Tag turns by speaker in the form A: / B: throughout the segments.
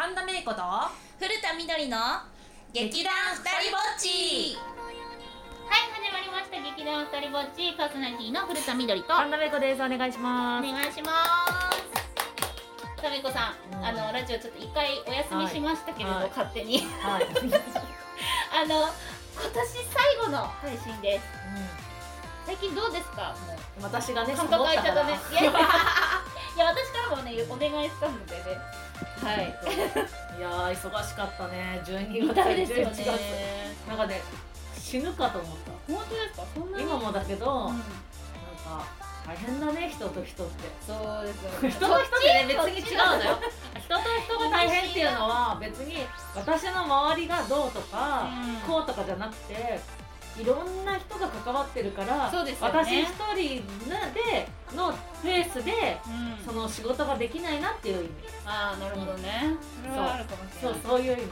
A: 子と
B: 古田みどりの劇団ふたりぼっち
C: はい、始まりました。劇団二人ぼっち、パーソナリティの古田みどりと。お
A: 神田芽子ですお願いします
C: 願いします。さめこさん、
A: うん
C: あのラジオちょっと一回お休みしましたけれど、
A: はいはい
C: 勝手に。
A: はい、うん、
C: あの、今年最後の配信です。最近どうですか。もう
A: 私がね
C: 感覚空いちゃったね。いやいや、い
A: サ
C: や、私からもね、お願いしたのでね。
A: ボったから
C: は
A: はい
C: い。
A: いやー忙しかったね12
C: み
A: 月
C: たいですよ
A: 11月
C: ね。
A: なんかね死ぬかと思っ
C: 本当ですか。そんな
A: た
C: に。
A: 今もだけど、
C: う
A: なん
C: ん。
A: か大変だね人と人って
C: そうですよね。
A: 人と人って、ね、別
C: そっち
A: に違うのよ。 人と人が大変っていうのは別に私の周りがどうとか、
C: うん
A: こうとかじゃなくていろんな人が関わってるから、
C: そうですよね
A: 私一人でのペースで
C: うん
A: その仕事ができないなっていう意味
C: ああ、なるほどね。それはあるかもしれ
A: そう
C: ない。
A: そういう意味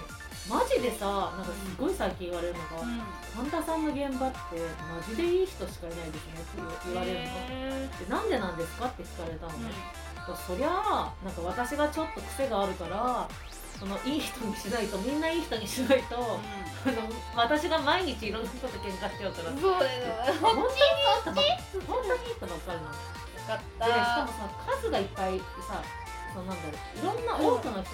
A: マジでさなんかすごい最近言われるのが、
C: うん
A: 神田さんの現場ってマジでいい人しかいないですねって言われるの。
C: へ
A: でなんでなんですかって聞かれたのね、
C: ー
A: そりゃあなんか私がちょっと癖があるからそのいい人にしないとみんないい人にしないと、あの私が毎日いろんな人と喧嘩しちゃうから
C: うんそうですよ
A: 本当にいい人ばっ本当にいい人ばっかりなの
C: かっ
A: でしかも
C: た
A: さ数がいっぱいさそのなんだろういろんな多くの人と接す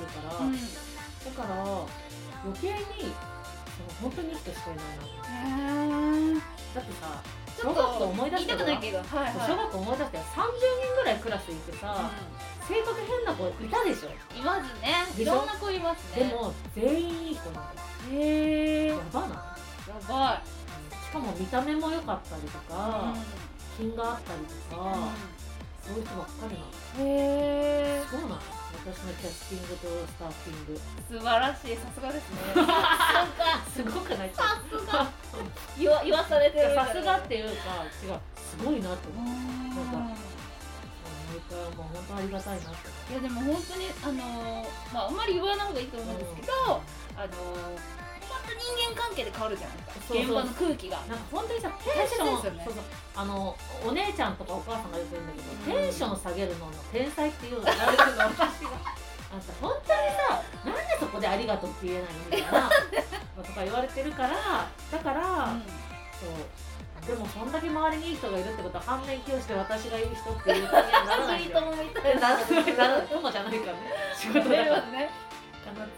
A: るから、
C: うん
A: だから余計にその本当にいい人しかいないのだってさ
C: ちょ
A: 小
C: っ
A: 学校
C: と
A: 思い出
C: 言い
A: し
C: た
A: た
C: く
A: ら
C: ないけどはいはい
A: 小学校思い出して30人ぐらいクラスいてさ、性格変な子いたでしょ
C: うんいますね
A: で
C: い
A: しょ
C: ろんな子います
A: で
C: ね
A: も全員いい子なんだよ
C: へえ
A: や
C: や
A: ばな
C: ば
A: しかも見た目も良かったりと
C: い
A: か、品があったりとか、そういう人ばっかりな
C: うん
A: の
C: へえ
A: そうなの私のキャスティングとスタッフィング
C: 素晴らしいさすがですねなんか
A: すごくない
C: さす が 言わ言わされてる
A: さすがっていうか違うすごいなって
C: う
A: 思うもうん毎回もう本当ありがたいなって
C: いやでも本当にあのーまああんまり言わない方がいいと思うんですけど、あのー、本当人間関係で変わるじゃないですか
A: そうそう
C: 現場の空気が
A: なんか本当にさテンショ
C: 大
A: ン
C: 切ですよね
A: そうそうあのお姉ちゃんとかお母さんが言ってるんだけど、
C: うん
A: テンション下げるのの天才っていうのがあるけど私があんた本当にさなんでそこでありがとうって言えないのみたいなとか言われてるからだから、
C: う
A: そうでもそんだけ周りにいい人がいるってことは反面教師で私がいい人っていう感じにはなら
C: ん
A: ない
C: いい
A: よ
C: と思みた
A: え
C: い
A: な
C: な
A: らないならない友じゃないからね仕事だから
C: ね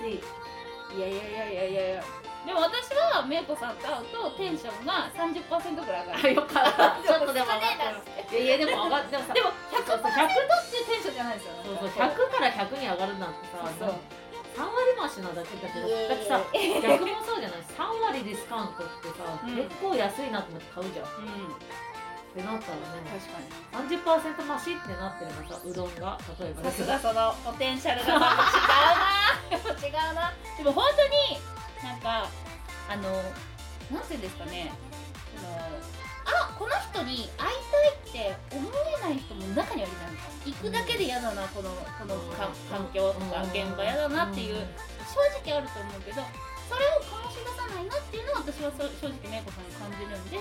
A: 悲
C: ね
A: しい
C: いやいやいやいやいやでも私はめいこさんと会うとテンションが30%ぐらい上が
A: あ
C: る
A: よかったちょっとでも上がっ
C: 少ね
A: てるいやいやでも上がってでも
C: え
A: さ
C: なでも100%
A: そうそう100
C: っていうテンションじゃないですよ
A: そうそう100から100に上がるなんてさ
C: そう
A: 3割増しなだけだけど
C: いやいやいや
A: だってさ逆もそうじゃない3割ディスカウントってさ、
C: うん
A: 結構安いなと思って買うじゃんっ
C: うん
A: てなった
C: 確か
A: らね
C: に
A: 30%増しってなってるのさうどんが例えば
C: さ
A: です
C: す
A: けど
C: がそのポテンシャルが違うな違うなでも本当になんかあのなんていうんですかねそのあこの人に会いたいって思えない人も中にはいるじゃないですか行くだけで嫌だなこのこのか環境とか現場嫌だなっていう正直あると思うけどそれを醸し出さないなっていうのは私はそ正直めいこさんに感じるんで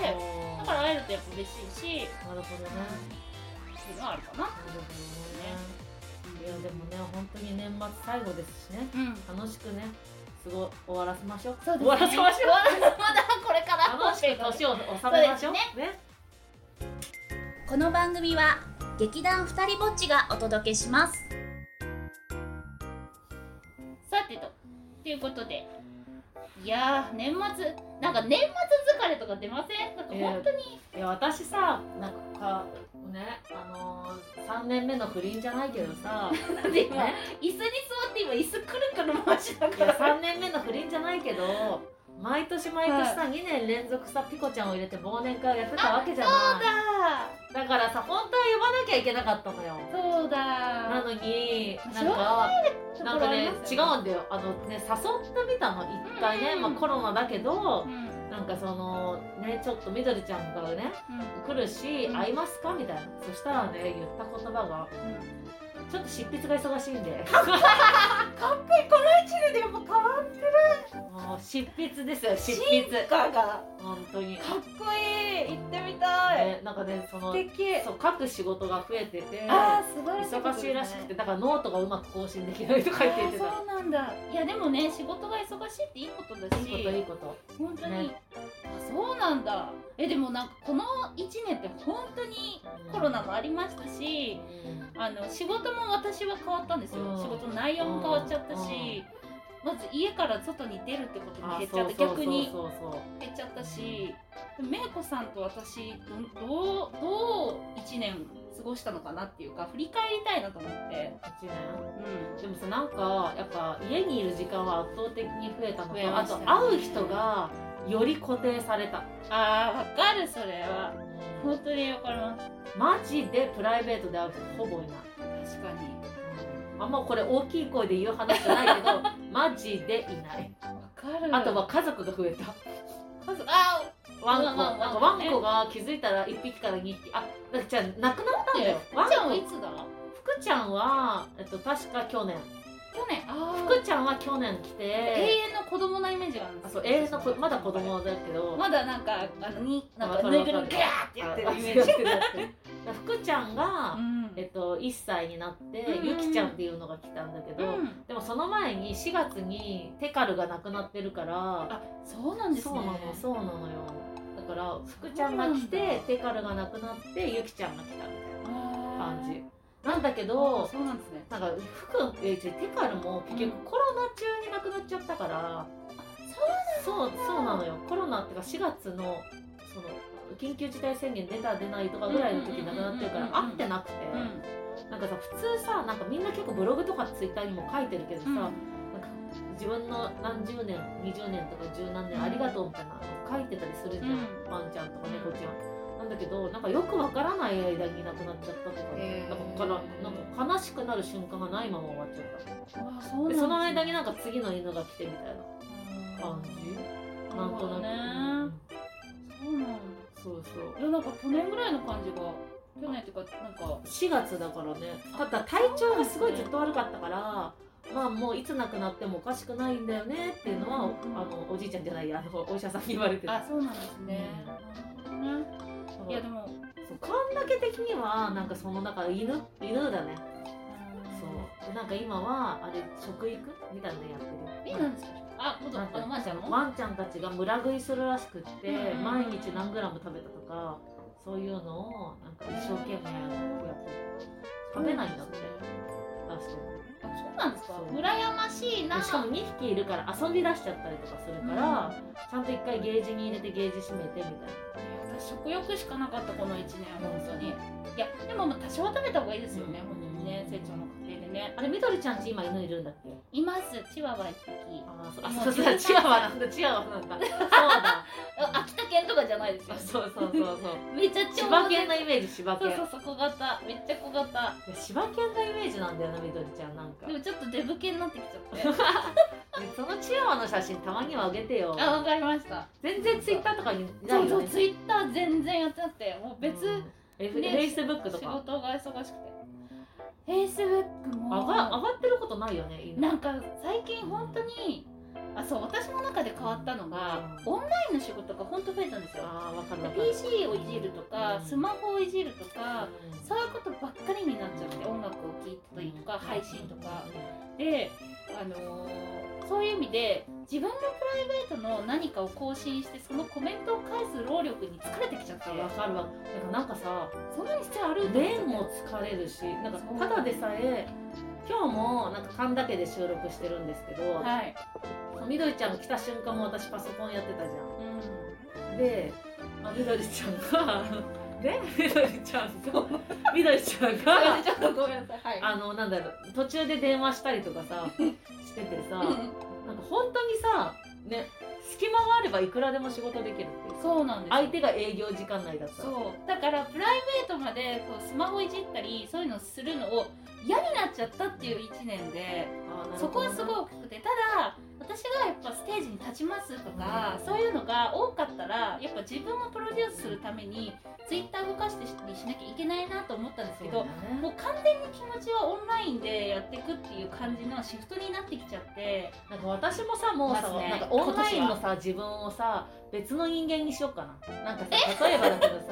C: だ
A: だ
C: から会えるとやっぱ嬉しいし
A: なるほどね
C: っていうのはあるかな
A: なるほどねいやでもね本当に年末最後ですしね
C: うん
A: 楽しくねすごい終わらせましょう
C: そうですね
A: 終わらせましょう
C: まだこれ から
A: 楽しく年を収めましょう
C: そうで
A: ね
B: この番組は劇団ふたりぼっちがお届けします
C: さてとということでいやー年末なんか年末疲れとか出ませんなんか本当に、
A: いや私さなんかねあのー、3年目の不倫じゃないけどさ
C: で今
A: ね
C: 椅子に座って今椅子くるくる回しなが
A: いや
C: ら
A: 3年目の不倫じゃないけど毎年毎年さ、2年連続さピコちゃんを入れて忘年会をやってたわけじゃないだからさ本当は呼ばなきゃいけなかったのよ
C: そうだそうだ
A: なのになん
C: しょう
A: か
C: ちょっと
A: なんかね
C: 笑います
A: 違
C: よ
A: うんだよあのね誘ってみたの一回ね、
C: うん
A: まあ、コロナだけど
C: うん
A: なんかそのねちょっとみどりちゃんからね来るし、
C: うん
A: 会いますかみたいなそしたらね言った言葉が
C: うん
A: ちょっと執筆が忙しいん で
C: かっこいいこの一年でやっぱ変わっ
A: もう執筆ですよ執筆
C: かが
A: 本当に
C: かっこいい行ってみたい
A: ねなんかねそ
C: 素
A: の
C: 敵
A: そう書く仕事が増えてて
C: あー素晴らしいこと
A: 忙しいらしくてだからノートがうまく更新できないとか言って言って
C: あー
A: た
C: そうなんだいやでもね仕事が忙しいっていいことだし
A: いいこといいこと
C: 本当に、
A: ね
C: あそうなんだえでもなんかこの1年って本当にコロナもありましたしあの仕事も私は変わったんですよ、
A: うん
C: 仕事の内容も変わっちゃったし、まず家から外に出るってことも減っちゃって逆に
A: そうそうそう
C: 減っちゃったしでもめいこさんと私どどうどう1年過ごしたのかなっていうか振り返りたいなと思って、
A: そう1年でもさなんかやっぱ家にいる時間は圧倒的に増えたの
C: 増え
A: とあ
C: ました
A: と
C: ね
A: 会う人がより固定された
C: ああわかるそれは本当にわかります
A: マジでプライベートで会う人ほぼいない
C: 確かに
A: あんまこれ大きい声で言う話じゃないけ どマジでいない
C: わかる
A: あとは家族が増えた
C: まずあ
A: ワンコ
C: まあまあ
A: なんか
C: ワ
A: ワ
C: ンコ
A: ン
C: ね
A: コが気づいたら1匹から2匹あなんかじゃあなくなったんだよワン
C: じゃあい
A: コ
C: つだ
A: 福ちゃんは、えっと、確か去年
C: 去年あー
A: 福ちゃんは去年来て
C: 永遠の子供なイメージがあるんで
A: あ
C: す
A: そ
C: よ
A: う永遠の子まだ子供だけど
C: まだなんかあのになんか
A: わか
C: ぬ
A: る
C: い
A: わ
C: ぐるみ
A: かる
C: ギャーってやってるイメージ
A: ジ福ちゃんが、
C: うん
A: えっと、1歳になって、
C: うん
A: ゆきちゃんっていうのが来たんだけ
C: う
A: ど、
C: ん
A: でもその前に4月にテカルが亡くなってるから
C: あそうなんです
A: そう
C: ね
A: なのそうなのよだから福ちゃんが来
C: そうなん
A: て
C: だ
A: テカルが亡くなってゆきちゃんが来たみたいな
C: あ
A: 感
C: ー
A: じなんだけ
C: あ
A: ど
C: そうなんですね
A: なんか福え違うテカルも結局
C: うん
A: コロナ中に亡くなっちゃったから、そうそうなのよコロナっていうか4月のその緊急事態宣言出た出ないとかぐらいの時に亡くなってるから
C: うんうんうんうんうん
A: 会ってなくて、
C: う
A: なんかさ普通さなんかみんな結構ブログとかツイッターにも書いてるけどさ、
C: ん
A: なんか自分の何十年20年とか十何年ありがとうみたいなの書いてたりするじゃん、
C: う
A: ワンちゃんとか猫ちゃん。なんだけどなんかよくわからない間に亡くなっちゃったとか、
C: へー
A: なんかからなんか悲しくなる瞬間がないまま終わっちゃった。
C: あそうなんで
A: で
C: すね
A: その間になんか次の犬が来てみたいな感じ
C: あー
A: なんと
C: ね
A: なく、
C: そうなんだ
A: そうそう
C: いやなんか去年ぐらいの感じが去年っていうかなんか
A: 4月だからねただ体調がすごいずっと悪かったからまあもういつ亡くなってもおかしくないんだよねっていうのは、
C: うん
A: あのおじいちゃんじゃないやあのお医者さんに言われて
C: あ
A: た
C: そうなんですねね
A: そう
C: いやでも
A: そうかんだけ的にはなんかそのだから犬犬だねそうでなんか今はあれ食育みたいなのやってる
C: えなんですかあもっとあのまーちゃんの
A: ワンちゃんたちが村食いするらしくって、
C: うんうん
A: 毎日何グラム食べたとかそういうのをなんか一生懸命やってる食べないんだって出してる
C: あそうなんですか
A: そう
C: 羨ましいな
A: しかも2匹いるから遊び出しちゃったりとかするから、ちゃんと1回ゲージに入れてゲージ閉めてみたい
C: 私食欲しかなかったこの1年本当にいやでもまあ多少は食べた方がいいですよね
A: うん
C: 本当にね成長の過程でね
A: なあれみどりちゃんち今犬いるんだっけ
C: いますチワワ一匹
A: あーそう
C: あ
A: あ
C: もう
A: そうそう
C: 13
A: チワワなんだチワワなんだそうだ
C: あ秋田県とかじゃないですよ
A: あそうそうそうそ う
C: めっちゃ超
A: 柴犬のイメージ柴
C: そ
A: 犬
C: う
A: い
C: そうそう小型めっちゃ小型
A: や柴犬のイメージなんだよなみどりちゃんなんか
C: でもちょっとデブ系になってきちゃって
A: ねそのチワワの写真たまにはあげてよ
C: あわかりました
A: 全然ツイッターとかにな
C: そう
A: い
C: そ
A: よ
C: う
A: ね
C: ツイッター全然やってなくてもう別、
A: うんえフェイスブックと
C: 仕
A: か
C: 事が忙しくてフェイスブック
A: 上が上
C: も
A: がってることないよね今
C: なんか最近本当にあそう私の中で変わったのが
A: うん
C: オンラインの仕事が本当増えたんですよ
A: ああわかるわかる
C: PC をいじるとか
A: うん
C: スマホをいじるとか
A: うん
C: そういうことばっかりになっちゃって音楽を聴いたりとか配信とかで、あのーそういう意味で自分のプライベートの何かを更新してそのコメントを返す労力に疲れてきちゃって
A: あわかるわなんかなんかさ
C: そんなに必要ある
A: 面も疲れるしなんかただでさえ今日もなんか神田家で収録してるんですけど、
C: はい、
A: みどりちゃんが来た瞬間も私パソコンやってたじゃ
C: うん、
A: んであみどりちゃん がでみどりちゃん がみどりちゃん
C: それ
A: が
C: でちょっとごめんなさいはい
A: あのなんだろう途中で電話したりとかさしててさ
C: うん
A: なんか本当にさね隙間があればいくらでも仕事できるっていう
C: そうなんですよ
A: 相手が営業時間内だったら
C: そうだからプライベートまでこうスマホいじったりそういうのするのを嫌になっちゃったっていう1年で
A: あーなるほどね
C: そこはすごい大きくてただ私がやっぱステーージに立ちますとかそういうのが多かったらやっぱ自分をプロデュースするためにツイッター動かしてししなきゃいけないなと思ったんですけどもう完全に気持ちはオンラインでやっていくっていう感じのシフトになってきちゃって
A: なんか私もさもうさ、
C: ますね
A: なんかオンラインのさ自分をさ別の人間にしようかななんかさ例えばだけどさ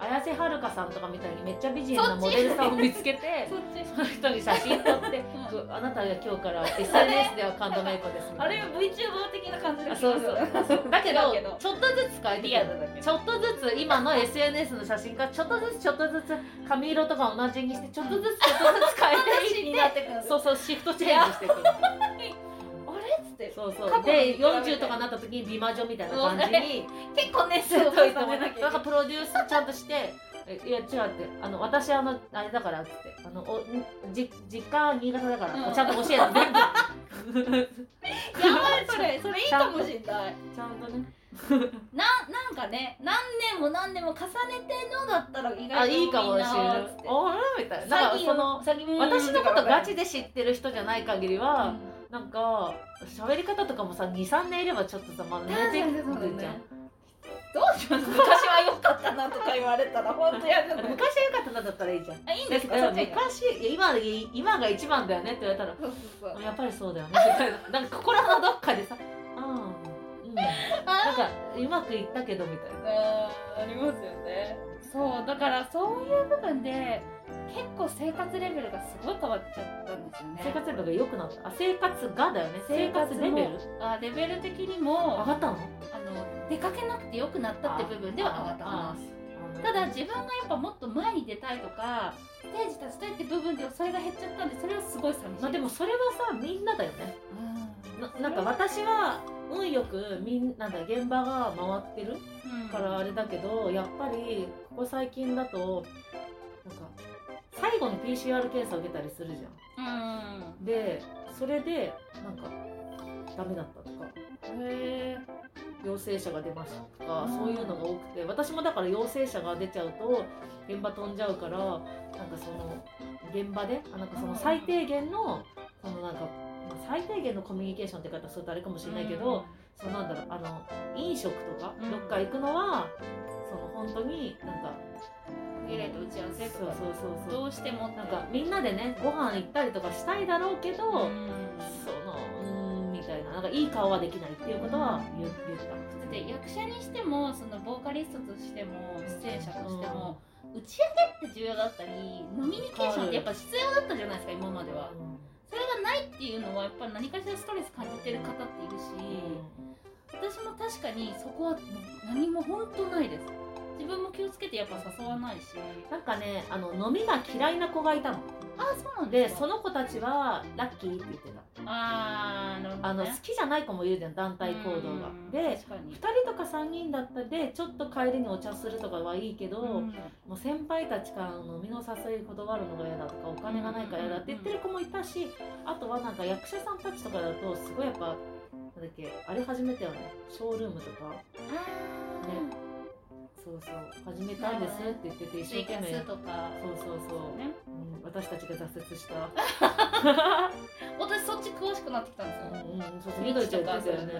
A: 綾瀬はるかさんとかみたいにめっちゃ美人なモデルさんを見つけ て
C: そっち
A: その人に写真 撮って
C: ん
A: こうあなたが今日から SNS では神田芽衣子ですみた
C: あ
A: いな
C: れ VTuber 的な感じで
A: あそうそうだけ
C: 違う
A: どちょっとずつ変えて
C: リアルだけ
A: ち
C: ど
A: ょっとずつ今の SNS の写真からちょっとずつちょっとずつ髪色とか同じにしてちょっとずつちょっとずつ変えて い
C: に
A: っ
C: なっててくる
A: そうそうシフトチェンジしていく
C: あれっつって
A: そう
C: 過去
A: そう
C: の比べ
A: で
C: て
A: 40とかなった時に美魔女みたいな感じに
C: 結構ね
A: そうそうそう
C: なきゃ
A: だからプロデュースちゃんとして「えいや違う」って「あの私あのあれだから」っつって「あのおんじ実家は新潟だから、
C: うん
A: ちゃんと教えて全部」
C: やばいそれそれいいかもしんない
A: ちゃんとね
C: ななんかね何年も何年も重ねてのだったら意外と
A: あいいかもしれない
C: みんな
A: おーみたいななんかその
C: 先も
A: 私のことガチで知ってる人じゃない限り
C: う
A: は、
C: ん
A: なんか喋り方とかもさ23年いればちょっとさまだ慣れてくるじゃん、
C: どうします昔は良かったなとか言われたら本当やだ
A: 昔は良かったなだったらいいじゃん
C: あいいん
A: で
C: ですす
A: か
C: からそっちが
A: 昔いや今がいい今が一番だよねって言われたら
C: そうそうそう
A: やっぱりそうだよね みたいななんか心のどっかでさあーうんなん
C: あ
A: かうまくいったけどみたいな
C: あーありますよねそうだからそういう部分で結構生活レベルがすごい変わっちゃったんですよね
A: 生活レベルが良くなったあ生活がだよね生活レベル
C: もあレベル的に
A: 上
C: も
A: がったの
C: あの出かけなくてよくなったって部分では上がった
A: あ
C: 話ただ自分がやっぱもっと前に出たいとかステージ立ちたいって部分ではそれが減っちゃったんでそれはすごい寂しい、
A: まあでもそれはさみんなだよね
C: うん
A: ななんか私は運よくみんなんだ現場が回ってる
C: うん
A: からあれだけどやっぱりここ最近だとなんか最後に PCR 検査受けたりするじゃん
C: うん
A: でそれでなんかダメだったとか
C: へえ
A: 陽性者が出ましたとか
C: うん
A: そういうのが多くて私もだから陽性者が出ちゃうと現場飛んじゃうからなんかその現場であなんかその最低限のそのなんかまあ最低限のコミュニケーションって言い方するとあれかもしれないけど、そのなんだろうあの飲食とか
C: うん
A: どっか行くのは、その本当になんか
C: ゲレと打ち合わせと
A: そう
C: か
A: そうそうそう
C: どうしても
A: なんかみんなでねご飯行ったりとかしたいだろうけど、
C: うん
A: そのうーんみたいななんかいい顔はできないっていうことは言う言った
C: だって役者にしてもそのボーカリストとしても出演者としても、打ち上げって重要だったり飲みニケーションってやっぱ必要だったじゃないですか今まではそれがないっていうのはやっぱり何かしらストレス感じてる方っているし、私も確かにそこはもう何も本当ないです自分も気をつけてやっぱ誘わないし
A: なんかねあの飲みが嫌いな子がいたの
C: ああそうなんで
A: です
C: か
A: その子たちはラッキーって言ってた
C: ああなるほ
A: あ
C: ど、
A: の
C: ね
A: 好、きじゃない子もいるじゃん団体行動が
C: うん
A: で
C: 確かに
A: 2人とか3人だったでちょっと帰りにお茶するとかはいいけど、
C: うん
A: もう先輩たちからの飲みの誘い断るのが嫌だとかお金がないから嫌だって言ってる子もいたしあとはなんか役者さんたちとかだとすごいやっぱなんだっけあれ始めたよねショールームとか
C: あー
A: ねそうそう始めたんですって言ってて一
C: ツ
A: 生
C: イキ
A: 懸
C: ャ
A: 命
C: スとか
A: そうそうそう、
C: ね
A: うん、私たちが挫折した、
C: 私そっち詳しくなってきたんですよ、
A: うんうん、そうそう
C: ミ
A: 緑ちゃん言
C: か
A: っ
C: そ
A: て
C: う
A: たよね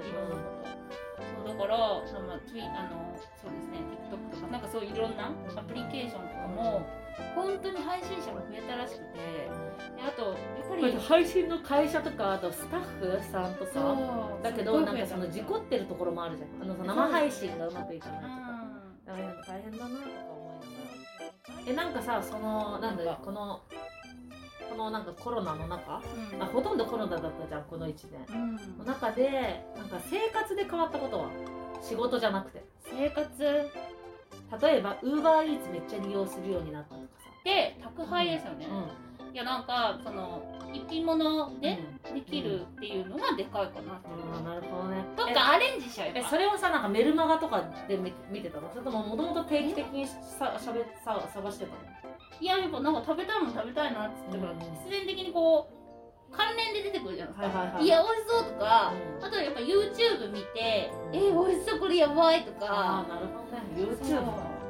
C: だからそのまあツイあのそうですね TikTok とかなんかそういろんなアプリケーションとかも本当に配信者が増えたらしくてであとやっぱ
A: うんこうやっ
C: り
A: て配信の会社とかあとスタッフさんとか
C: そう
A: だけ
C: す
A: ど
C: っ
A: な
C: ごい増え
A: んか
C: た
A: その事故ってるところもあるじゃんあのさ生配信がうまくいかないとか。あれなんか大変だなとか思いながらえなんかさそのなんだ
C: なんか
A: このこのなんかコロナの中
C: うん
A: あほとんどコロナだったじゃんこの1年
C: うん
A: の中でなんか生活で変わったことは仕事じゃなくて
C: 生活
A: 例えばウーバーイーツめっちゃ利用するようになったとか
C: で宅配ですよね
A: さ、うん
C: いやなんかその一品物で
A: うん
C: できるっていうのがでかいかなっていう
A: あーなるほどね
C: とかアレンジしちゃえば
A: ええそれはさなんかメルマガとかで見見てたのそれとももともと定期的にさしゃべさ探してたの
C: いややっぱなんか食べたいもん食べたいなっつってから、
A: うん
C: 必然的にこう関連で出てくるじゃないですか、
A: はいはいはい
C: や美味しそうとか、
A: うん
C: あとやっぱ YouTube 見てえ美味しそうこれやばいと
A: あ
C: か
A: あなるほどね
C: そう
A: YouTube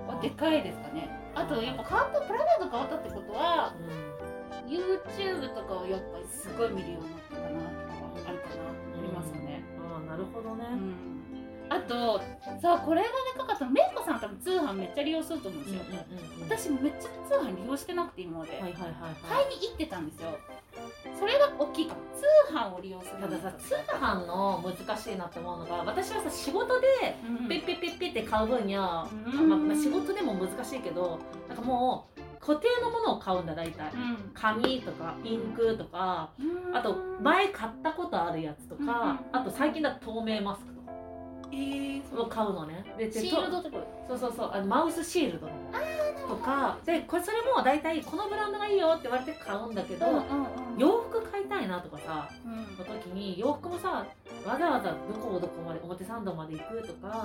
C: はでかいですかねあとやっぱ変わったプラダが変わったってことは
A: うん
C: YouTube とかをやっぱりすごい見るようになったかなとかあるかなありますよね、
A: ああなるほほどね、
C: あとさこれがでかかったのメイコさん多分通販めっちゃ利用すると思うんですよ、
A: 私
C: 私もめっちゃ通販利用してなくて今まで、
A: はいはいはいは
C: 買
A: い
C: いに行ってたんですよそれが大きいかも通販を利用する
A: たださ
C: つ
A: 通販の難しいなって思うのが私はさ仕事で
C: うん
A: ペッペッペッペッって買う分には、
C: うん
A: まあまあ、仕事でも難しいけどなんかもう固定のものを買うんだ大体
C: うん
A: 紙とかインクとかあと前買ったことあるやつと
C: うんうん
A: かあと最近だと透明マスクとか
C: えー
A: を買うのねでで
C: シールドってこと
A: とそうそうそうあのマウスシールドとかでこれそれも大体このブランドがいいよって言われて買うんだけど、
C: よ、
A: 洋服買いたいなとかさの時に洋服もさわざわざどこどこまで表参道まで行くとか、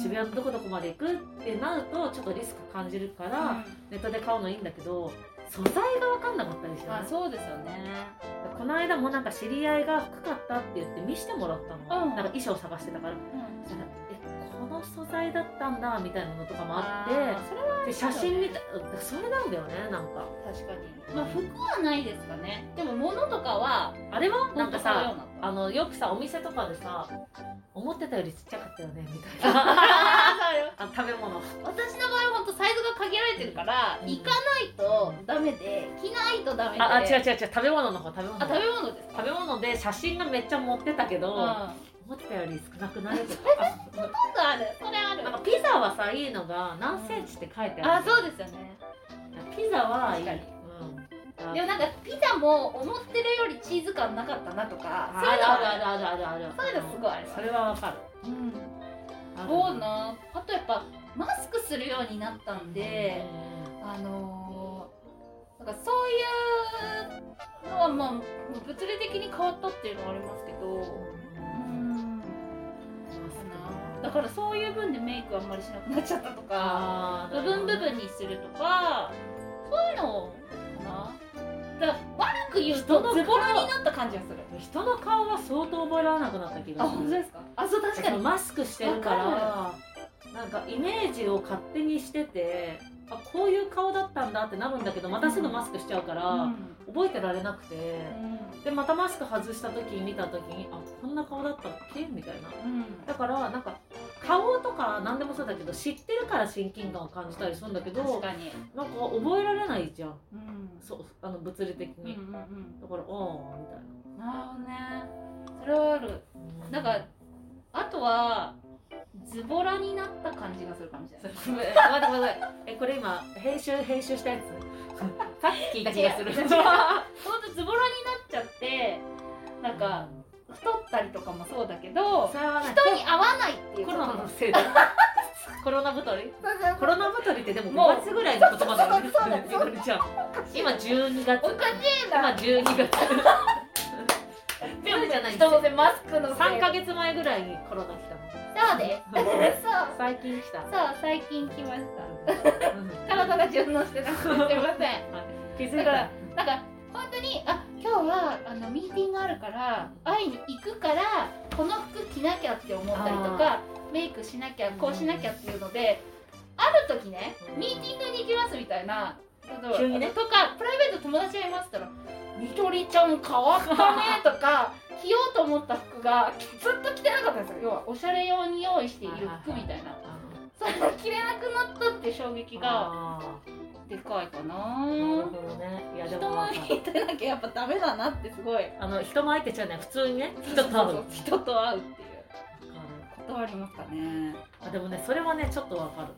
A: 渋谷のどこどこまで行くってなるとちょっとリスク感じるから、
C: が、
A: ネットで買うのいいんだけど素材が分かんなかったりして
C: あ
A: ね
C: そうですよね
A: この間もなんか知り合いが深かったって言って見してもらったの、
C: うん
A: なんか衣装探してたからそしたらえこの素材だったんだみたいなのとかもあって
C: ーそれは
A: で写真見たうんそれなんだよねなんか
C: 確かにまあ服はないですかねでも物とかは
A: あれはなんかさ
C: 本当
A: あのよくさお店とかでさ思ってたよりちっちゃかったよねみたい な
C: そうよ
A: あ食べ物
C: 私の場合は本当サイズが限られてるから、
A: うん
C: 行かないとダメで着ないとダメで
A: ああ違う違
C: う
A: う違う食べ物の方食べ物
C: あ食べ物ですか
A: 食べ物で写真がめっちゃ持ってたけど、
C: うん
A: 思ってたより少なくないとか
C: 今度あるそれあ
A: なんか
C: る
A: ピザはさいいのが何センチって書いて
C: あ
A: ある、
C: そうですよね
A: ピザはい
C: 確
A: い
C: かに
A: うん、
C: でもなんかピザも思ってるよりチーズ感なかったなとかそ
A: あ
C: ういうの
A: るある
C: は
A: あるあるあるある
C: そういうのすごいある
A: それはわかる
C: うん
A: ある
C: そうなあとやっぱマスクするようになったんで、
A: う
C: あのー、なんかそういうのはまあ物理的に変わったっていうのはありますけどうんだからそういう分でメイクあんまりしなくなっちゃったとか
A: あー
C: 部分部分にするとかそういうのかなだから悪く言うと
A: 人の顔
C: ズボラになった感じがする
A: 人の顔は相当覚えられなくなった気
C: あ
A: がす
C: 本当
A: る
C: ですかあそう確かに
A: マスクしてるから
C: わ
A: なんかイメージを勝手にしててあこういう顔だったんだってなるんだけどまたすぐマスクしちゃうから、
C: うん
A: 覚えてられなくて、
C: うん
A: でまたマスク外した時に見た時にあこんな顔だったっけみたいなだからなんか顔とか何でもそうだけど知ってるから親近感を感じたりするんだけどなん
C: 確
A: か
C: かに
A: 覚えられないじゃん
C: うん
A: そうあの物理的
C: うん
A: に、
C: うんうん
A: だからああみたい
C: なるほどねそれはあるな
A: な
C: んかあとはズボラになった感じがするかもしれない
A: ごめん待ってごめんごめんえこれ今編集編集したやつさっき聞いた気がする
C: 違う違うほんとズボラになっちゃってなんか太ったりとかもそうだけど
A: それはね
C: 人に合わないっていう
A: コ
C: こ
A: ロ
C: と
A: ナのせいだコロナ太りコロナ太りってでも
C: もう
A: 5月ぐらいの言葉だよね
C: そうそうそう
A: いこれじゃん今12月
C: おかしい
A: 今
C: な
A: 12月ピョンじゃないんです
C: 人
A: よ
C: のせマスクのせい
A: 3ヶ月前ぐらいにコロナ来たの
C: そうですそう
A: 最近来た
C: そう最近来ま した
A: うん
C: 体が順応してなくてすいません
A: 気づ
C: だ
A: い
C: か
A: た
C: らなんか本当にあ今日はあのミーティングあるから会いに行くからこの服着なきゃって思ったりとかメイクしなきゃこうしなきゃっていうのである時ねミーティングに行きますみたいな例えば
A: 急にね
C: とかプライベート友達がいますって言ったら「みとりちゃん変わったね」と か着ようと思った服がずっと着てなかったんですよ要はおしゃれ用に用意している服みたいな
A: あの
C: それが着れなくなったって衝撃が
A: あ
C: でかいかな
A: ーなるほどねいやで
C: 人
A: もなん
C: 前
A: か
C: に行ってなきゃやっぱダメだなってすごい
A: あの人前ってじゃない普通にね人と会う
C: そうそうそう人と会うっていう
A: わ
C: ことはありますかね
A: かるあでもねそれはねちょっとわかる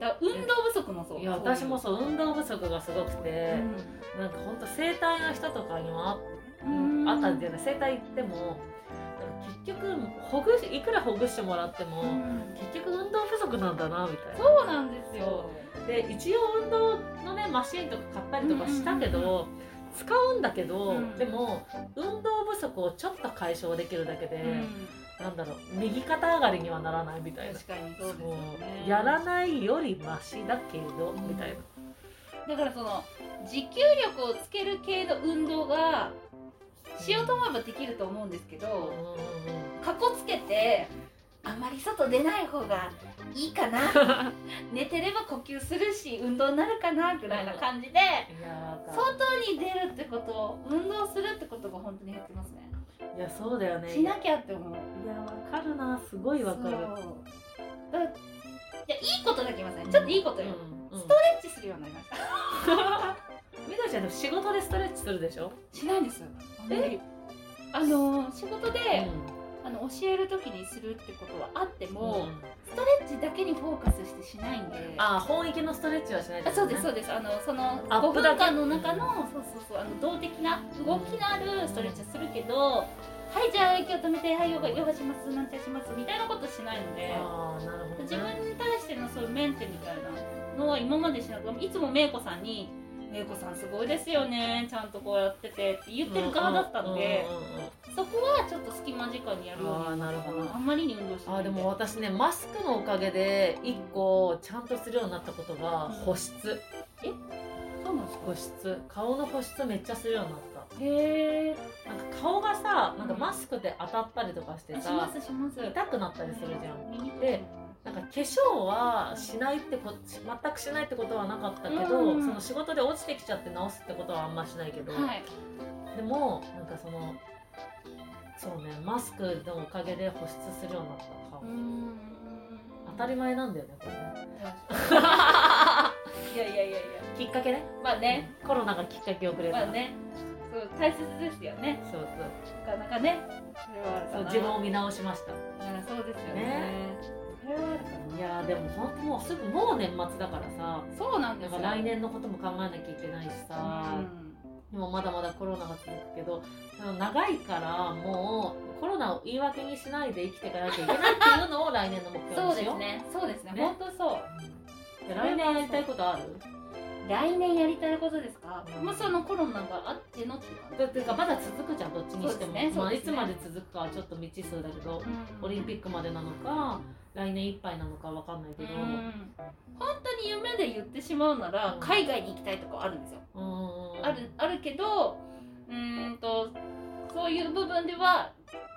C: だから運動不足もそう
A: ない
C: い
A: や私もそう運動不足がすごく
C: う
A: て、
C: ん
A: なんかほんと整体の人とかにもあ
C: うん
A: あったんだよね整体行ってもなんか結局ほぐしいくらほぐしてもらっても、
C: うん
A: 結局運動不足なんだなみたいな
C: そうなんですよ
A: で一応運動のねマシンとか買ったりとかしたけど、
C: うんうん
A: 使うんだけど、
C: うん
A: でも運動不足をちょっと解消できるだけで、
C: うん
A: なんだろう右肩上がりにはならないみたいな
C: 確かにそうですよね
A: そうやらないよりマシだけど、
C: うん
A: みたいな
C: だからその持久力をつける系の運動がしようと思えばできると思うんですけどかこつけてあまり外出ない方がいいかな 寝てれば呼吸するし運動になるかなぐらいな感じで
A: いやーわかる
C: 外に出るってこと運動するってことが本当に減ってますね
A: いやそうだよね
C: し
A: いや
C: なきゃって思う
A: わかるなすごいわかる
C: そうだからいやいいことだけ言いますねちょっといいことよ、
A: うんうん
C: ストレッチするようになりました
A: みどりちゃんでも仕事でストレッチするでしょ
C: しないんですよあんまりあの仕事で、あの教える時にするってことはあっても、
A: うん
C: ストレッチだけにフォーカスしてしないんであ
A: あ本域のストレッチはしない
C: そうですそ
A: そ
C: ううですあのその5
A: アップ
C: 分
A: だけ
C: 間の中のそうそうそうあの動的な動きのあるストレッチはするけど、はいじゃあ息を止めてはいヨガヨガしますなんちゃらしますみたいなことしないので
A: ああなるほど
C: 自
A: ね
C: 分に対してのそういうメンテみたいなのは今までしなくていつもめいこさんに「めいこさんすごいですよねちゃんとこうやってて」って言ってる側だったので、
A: うんうんうんうん
C: そこはちょっと隙間時間にやるように
A: あーなるほど
C: あんまりに運動して
A: あ
C: ない
A: ー
C: ん
A: でも私ねマスクのおかげで一個ちゃんとするようになったことが
C: うん
A: 保湿
C: そうなんですか
A: 保湿顔の保湿めっちゃするようになった
C: へえ
A: なんか顔がさなんか
C: うん
A: マスクで当たったりとかして
C: しま
A: さ、
C: すします
A: 痛くなったりするじゃん
C: 耳とか
A: でなんか化粧はしないってこ全くしないってことはなかったけど、
C: うん
A: その仕事で落ちてきちゃって直すってことはあんましないけど、
C: はい
A: でもなんかそのそうねマスクのおかげで保湿するようになった顔、
C: うーん
A: 当たり前なんだよねこれね
C: いやいやいやいや
A: きっかけね
C: まあね
A: コロナがきっかけをくれた、
C: まあねそう大切ですよね
A: そう
C: なかなかねそれはある
A: そ
C: か
A: うそう
C: な
A: 自分を見直しました
C: あそうですよね
A: ね
C: それはあるかない
A: やーでも本当もうすぐもう年末だからさ
C: そうなんで
A: なん
C: す
A: か
C: よ
A: 来年のことも考えなきゃいけないしさ、
C: うん
A: でもまだまだコロナが続くけどでも長いからもうコロナを言い訳にしないで生きていかなきゃいけないっていうのを来年の目標
C: そ
A: に
C: うで
A: しよ
C: す
A: う
C: ねそうですね
A: ね
C: 本当そう
A: うんで来年やりたいことある
C: 来年やりたいことですかもうそのコロナがあってのっていう感じ
A: だってかまだ続くじゃんどっちにし
C: そうです
A: ても、
C: ね
A: ま
C: そう
A: あ、
C: で
A: い
C: す
A: つ
C: ね
A: まで続くかはちょっと未知数だけど、オリンピ
C: ッ
A: ックまでなのか来年いっぱいなのかわかんないけど、
C: 本当に夢で言ってしまうなら
A: うん
C: 海外に行きたいとかあるんですよ
A: うん
C: あるあるけどうーんとそういう部分では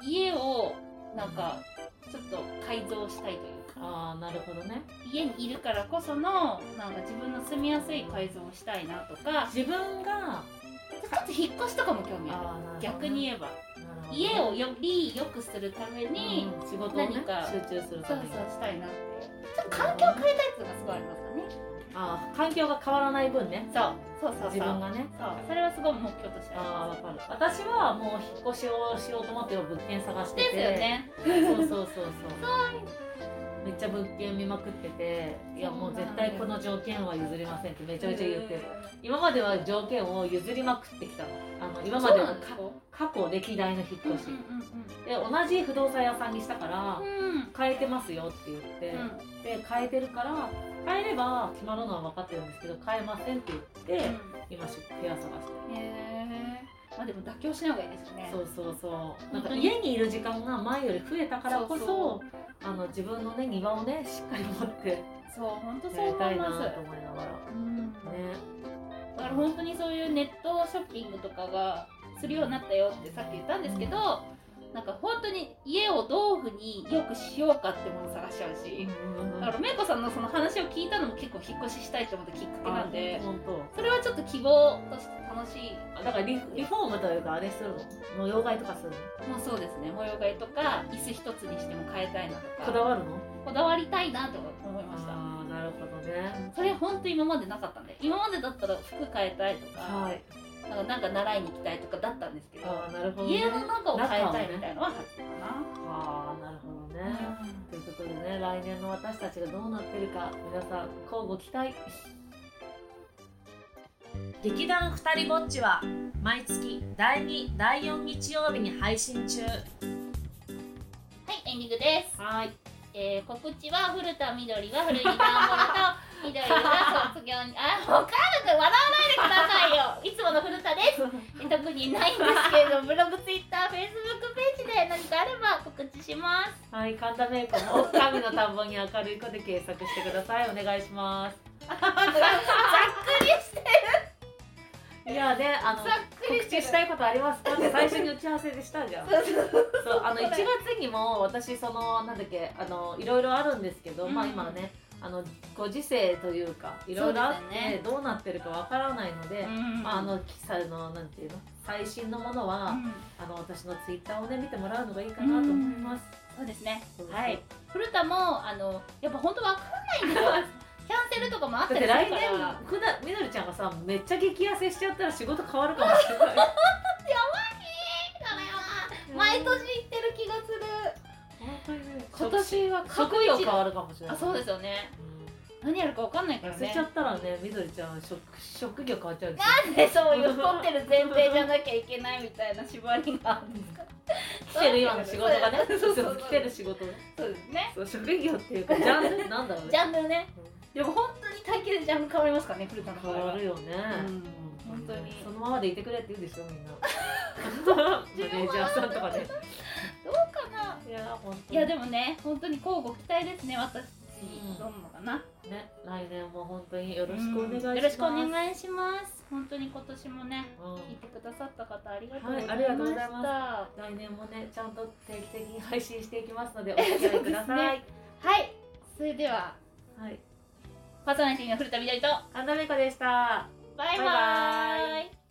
C: 家をなんかちょっと改造したいというか
A: ああなるほどね
C: 家にいるからこそのなんか自分の住みやすい改造をしたいなとか
A: 自分が
C: ちょっと引っ越しとかも興味あ
A: あーなるほど
C: る
A: ね
C: 逆に言えば
A: なるほどね
C: 家をより良くするために、
A: うん仕事をね
C: 何か
A: 集中する
C: そ
A: た
C: う
A: めに
C: そうしたいなってちょっと環境を変えたいっていうのがすごいありますかね
A: あー環境が変わらない分ね
C: そうそうそうそう
A: 自分がね
C: そうそれはすごい目標として
A: あ
C: あ
A: ーわかる私はもう引っ越しをしようと思って物件探して
C: ります
A: て
C: ですよね
A: そうそうそうそうめっちゃ物件見まくってていやもう絶対この条件は譲りませんってめちゃめちゃ言ってる今までは条件を譲りまくってきたのあの今まではか過去歴代の引
C: うんう
A: っ
C: ん
A: 越し、で同じ不動産屋さんにしたから
C: うんうん
A: 変えてますよって言って、で変えてるから変えれば決まるのは分かってるんですけど変えませんって言って、今し部屋探してる、
C: うんへーまあでも妥協しない方がいいですね
A: そうそうそうな
C: 本
A: んか
C: 当に
A: 家にいる時間が前より増えたからこ
C: そ
A: そ
C: うそ
A: あの自分のね庭をねしっかり持ってや
C: そう本当そう
A: り
C: 思
A: た
C: い
A: いな
C: ます
A: と思いながら
C: うん
A: ね
C: だから本当にそういうネットショッピングとかがするようになったよってさっき言ったんですけど、なんか本当に家をどういうふうによくしようかってものを探しちゃうし、だからめいこさんのその話を聞いたのも結構引っ越ししたいと思ったきっかけなんで
A: 本当
C: それはちょっと希望として楽しい
A: だからリフリフォームというかあれするの模様替えとかする
C: ま
A: の
C: あそうですね模様替えとか椅子一つにしても変えたいなとか
A: こだわるの
C: こだわりたいなと思いました
A: ああなるほどね
C: それ本当今までなかったんで今までだったら服変えたいとか、
A: はい
C: なんかなんか習いに行きたいとかだったんですけど、
A: ああなるほどね
C: 家の中を変えたいみたいなのは初か
A: ああなるほど
C: な、
A: ね、ということでね来年の私たちがどうなってるか皆さん交互期待
B: 劇団ふたりぼっちは毎月第2第4日曜日に配信中
C: はいエンディングです、
A: はい
C: えー、告知は古田みどりが古着田んぼだ とみどりが卒業にあもう家族笑わないでくださいよいつもの古田ですえ特にないんですけれ どブログツイッターフェイスブックページで何かあれば告知します
A: はい神田芽衣子の「神の田んぼに明るい子」で検索してくださいお願いします
C: ざっくりして
A: いやねあの
C: ざっくりして
A: 告知
C: る
A: したいことありますかって最初に打ち合わせでしたじゃんそうあの1月にも私そのなんだっけあのいろいろあるんですけど、
C: うん
A: まあ今はねああのご時世というかいろいろあ
C: そう
A: っ
C: ですよ
A: て
C: ね
A: どうなってるかわからないので、
C: うん
A: まあ、あのさあのなんていうの最新のものは、
C: うん
A: あの私のツイッターをね見てもらうのがいいかなと思います。
C: そうですね
A: そうそう
C: はい古田もあのやっぱ本当わからないんですよキャンセルとかもあっ
A: だ
C: た
A: っ
C: り
A: て
C: する
A: 来
C: か
A: 年
C: ら
A: ふなみのりちゃんがさめっちゃ激痩せしちゃったら仕事変わるかもしれない。
C: 毎年行ってる気がする
A: 本当にね
C: 今年は過
A: 職
C: 去
A: 業
C: 一
A: 変わるかもしれない。。
C: あそうですすよね何やるかわかんないから
A: 痩せ
C: ね
A: ちゃったらねみどりちゃん職職業変わっちゃうんですよ。
C: なんで そういう太ってる前提じゃなきゃいけないみたいな縛りが
A: 来てる今の仕事がね。
C: そうそうそう
A: 来てる仕事。
C: そうですね
A: そう職業っていうかジャンルなんだろうね。
C: ジャンルねでも本当に体型でジャンル変わりますからね古田の場合
A: 変わ
C: は
A: るよね。
C: うん本当に
A: そのままでいてくれって言うでしょみ んな。マネージャーさんとかね。
C: どうかない
A: や本当
C: い
A: に。
C: やでもね本当に交互期待ですね私
A: うん
C: どうもかな
A: ね来年も本当によろしくお願いします。
C: よろしくお願いします本当に今年もね
A: うん
C: 聞いてくださった方ありがとうござい
A: はいありがとうご
C: まし
A: ざい
C: た、
A: ま来年もねちゃんと定期的に配信していきますのでお付き合いくださ
C: そう
A: い。
C: はいそれでは
A: はい。
C: パーソナリティの古田みどりと
A: 神田芽子でした。
C: バイバ
A: バ
C: バ
A: イ
C: イバ
A: バ
C: ーイ